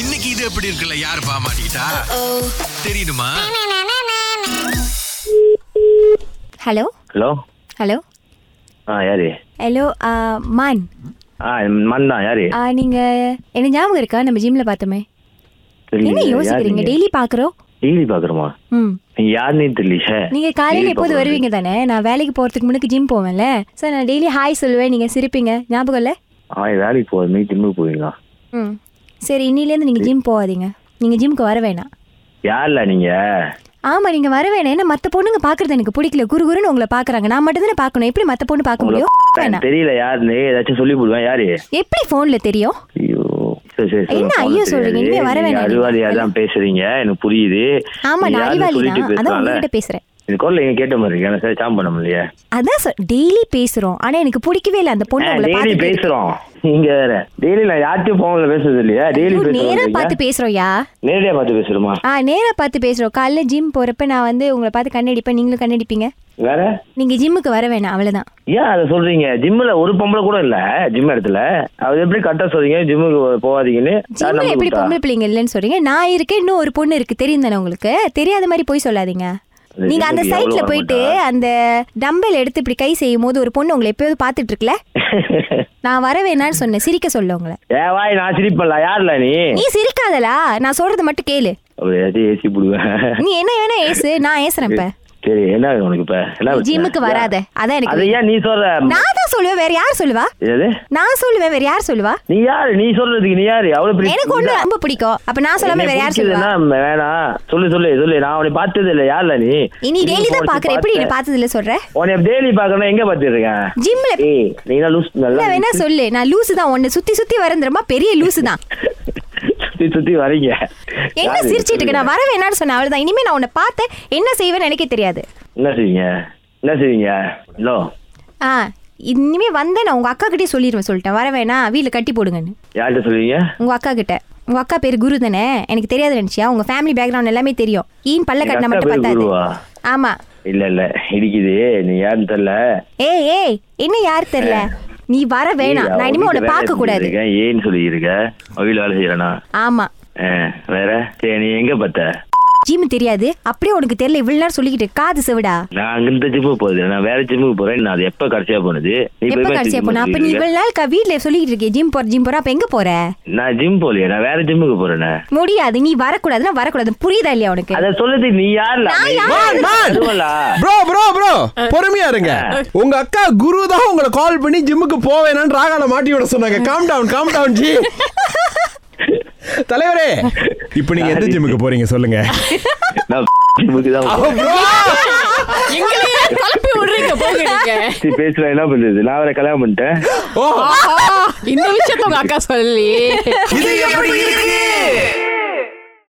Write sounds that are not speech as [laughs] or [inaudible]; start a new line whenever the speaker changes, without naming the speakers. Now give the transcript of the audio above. இன்னைக்கு இது எப்படி இருக்குல்ல யாரு பாமாட்டா தெரியுமா
ஹலோ
ஹலோ
ஹலோ
ஆ யாரு
ஹலோ மான்
ஆ மன் தான் யாரு
ஆ, uh, நீங்க என்ன ஞாபகம் இருக்கா நம்ம ஜிம்ல பார்த்தோமே
தெரியல,
என்ன
யாரு
யோசிக்கிறீங்க
நீங்க?
டெய்லி பாக்குறோம்
டெய்லி பாக்குறோமா
ம்
நீங்க யாருன்னே தெரியல
நீங்க காலையில எப்போது வருவீங்க தானே நான் வேலைக்கு போறதுக்கு முன்னாடி ஜிம் போவேன்ல சார் நான் டெய்லி ஹாய் சொல்லுவேன் நீங்க சிரிப்பீங்க ஞாபகம் இல்ல
ஆ வேலைக்கு போகுது மீட்டிங்கு போவீங்களா
ம் சரி இன்னிலேருந்து நீங்க ஜிம் போகாதீங்க நீங்க ஜிம்க்கு வர வேணாம்
யாருல நீங்க
ஆமா நீங்க வர வேணாம் ஏன்னா மத்த பொண்ணுங்க பாக்குறது எனக்கு பிடிக்கல குரு குருன்னு உங்களை பாக்குறாங்க நான் மட்டும் தானே பாக்கணும் எப்படி மத்த பொண்ணு பார்க்க முடியும் வேணாம்
தெரியல யாருன்னு ஏதாச்சும் சொல்லி போடுவேன் யாரு
எப்படி போன்ல தெரியும்
ஐயோ சரி சரி
என்ன
சொல்லுங்க,
ஐயோ
phone
சொல்றீங்க?
தெரியாது.
இனிமே வர
நீங்க
வேணாம்.
அறிவாளியா தான் பேசுறீங்க எனக்கு புரியுது
ஆமா
நீங்க
நான்
யாருன்னு
அறிவாளி
சொல்லிட்டு
தான் அதான்
பேசலாம்ல?
உங்ககிட்ட பேசுறேன்
இந்த குரல் நீங்க கேட்ட மாதிரி இருக்கு எனக்கு சரி சாம் பண்ண முடியல
அதான் சார் டெய்லி பேசுறோம் ஆனா எனக்கு பிடிக்கவே இல்ல அந்த பொண்ணு உங்களை
டெய்லி
பார்த்துட்டு இருக்கு.
பேசுறோம் நீங்க வேற டெய்லி நான் யார்ட்டையும் போன்ல பேசுறது இல்லையா டெய்லி
ஐயோ, நேரா
பேசுறோம்
பார்த்து பேசுறோம்யா
நேரடியா பார்த்து பேசுறோமா
ஆ நேரா பார்த்து பேசுறோம் காலைல ஜிம் போறப்ப நான் வந்து உங்களை பார்த்து கண்ணடிப்பேன் நீங்களும் கண்ணடிப்பீங்க
வேற
நீங்க ஜிம்முக்கு வர வேணாம் அவ்வளவுதான்
ஏன் அதை சொல்றீங்க ஜிம்ல ஒரு பொம்பளை கூட இல்ல ஜிம் இடத்துல அது எப்படி கரெக்டா சொல்றீங்க ஜிம்முக்கு போகாதீங்கன்னு யார்
ஜிம்ல
நம்பி
எப்படி
கொடுத்தா?
பொம்பளை பிள்ளைங்க இல்லைன்னு சொல்றீங்க நான் இருக்கேன் இன்னும் ஒரு பொண்ணு இருக்கு தெரியும் தானே உங்களுக்கு தெரியாத மாதிரி போய் சொல்லாதீங்க
அது
நீங்க அந்த
ஜிம்முக்கு
சைட்ல
எவ்வளவு
போயிட்டு அந்த டம்பல் எடுத்து இப்படி கை செய்யும் போது ஒரு பொண்ணு உங்களை எப்பயாவது பார்த்துட்டு இருக்குல்ல
[laughs]
நான் வர வேணாம்னு சொன்னேன் சிரிக்க சொல்ல உங்களை
ஏ வாய் நான் சிரிப்பல யாருல நீ
நீ சிரிக்காதலா நான் சொல்றது மட்டும் கேளு
அப்படி ஏதாச்சும் ஏசி போடுவேன்
நீ என்ன வேணா ஏசு நான் ஏசுறேன் இப்ப
சரி என்ன வேணும் உனக்கு இப்ப என்ன பிரச்சனை?
ஜிம்முக்கு வராத அதான் எனக்கு
அது ஏன் நீ சொல்ற
நான் தான் சொல்லுவேன் வேற யார் சொல்லுவா
எது
நான் சொல்லுவேன் வேற யார் சொல்லுவா
நீ யாரு நீ சொல்றதுக்கு நீ யாரு அவ்வளவு பெரிய-
எனக்கு ஒண்ணு ரொம்ப பிடிக்கும் அப்ப நான் சொல்லாம
என்னை
வேற யார் சொல்லுவா
பிடிச்சதுன்னா வேணாம் சொல்லு சொல்லு சொல்லு நான் உன்னை பார்த்தது இல்ல யாருல நீ
இனி டெய்லி தான் பாக்குறேன் எப்படி என்ன
பார்த்தேன்.
பார்த்தது இல்ல சொல்ற
உன்னை டெய்லி பாக்கணும் எங்க பாத்துட்டு இருக்கேன்
ஜிம்ல
ஏய் நீ எல்லாம் லூஸ் நல்லா
என்ன வேணா சொல்லு நான் லூசு தான் உன்னை சுத்தி சுத்தி வரேன் தெரியுமா பெரிய லூசு தான்
சுத்தி சுத்தி வரீங்க
என்ன
யாரு?
சிரிச்சிட்டு இருக்க நான் வர வேணாம்னு சொன்னேன் அவ்வளவுதான் இனிமே நான் உன்னை பார்த்தேன் என்ன செய்வேன்னு எனக்கே தெரியாது
என்ன செய்வீங்க என்ன செய்வீங்க ஹலோ
ஆ இனிமே வந்தேன் நான் உங்க அக்கா கிட்டே சொல்லிடுவேன் சொல்லிட்டேன் வர வேணாம் வீட்டுல கட்டி போடுங்கன்னு
யார்கிட்ட சொல்லுவீங்க
உங்க அக்கா கிட்ட உங்க அக்கா பேர் குரு தானே எனக்கு தெரியாது நினைச்சியா உங்க ஃபேமிலி பேக்ரவுண்ட் எல்லாமே தெரியும் ஈன் பல்ல
எங்க
கட்டினா
அக்கா
மட்டும்
பேரு
பத்தாது
குருவா?
ஆமா
இல்ல இல்ல இடிக்குது நீ யாருன்னு தெரியல
ஏய் ஏய் என்ன யார் தெரியல நீ வர வேணாம்
ஏய்,
நான் இனிமே
அவகிட்ட
உன்னை
வேலை
பார்க்க கூடாது
செஞ்சுட்டு இருக்கேன், ஏன்னு சொல்லி இருக்க வகையில் வேலை செய்யறனா
ஆமா
வேற சரி நீ எங்க பார்த்த
ஜிம் தெரியாது அப்படியே உனக்கு தெரியல இவ்வளவு நேரம் சொல்லிக்கிட்டு இருக்க, காது செவிடா
நான் அங்கிருந்து ஜிம்முக்கு போகுது நான் வேற ஜிம்முக்கு போறேன் நான் அது எப்ப கடைசியா போனது நீ
எப்ப
போய்
கடைசியா
gym
போன அப்ப நீ
போயிருக்க.
இவ்வளவு நாள் க- வீட்ல சொல்லிட்டு இருக்கே ஜிம் போற ஜிம் போற அப்ப எங்க போற
நான் ஜிம் போகலையே நான் வேற ஜிம்முக்கு போறேன்
முடியாது நீ வரக்கூடாதுன்னா வரக்கூடாது புரியுதா இல்லையா உனக்கு
அத சொல்லுது நீ யாருல
நான் யாரு?
மான், மான்.
அதுவல்லா.
bro bro bro பொறுமையா இருங்க உங்க அக்கா குரு தான் உங்களை கால் பண்ணி ஜிம்முக்கு போவேனான்னு ராகால மாட்டி விட சொன்னாங்க calm down calm down ji தலைவரே இப்போ நீங்க எந்த ஜிம்முக்கு போறீங்க சொல்லுங்க
நான் [laughs] ஜிம்முக்கு தான் போறேன்.
bro
எங்களையே குழப்பி விடுறீங்க போங்க நீங்க
நீ பேசுற என்ன பண்றது நான் வேற கல்யாணம் பண்ணிட்டேன்
ஓ
இந்த விஷயத்த உங்க அக்கா சொல்லி
இது எப்படி இருக்கு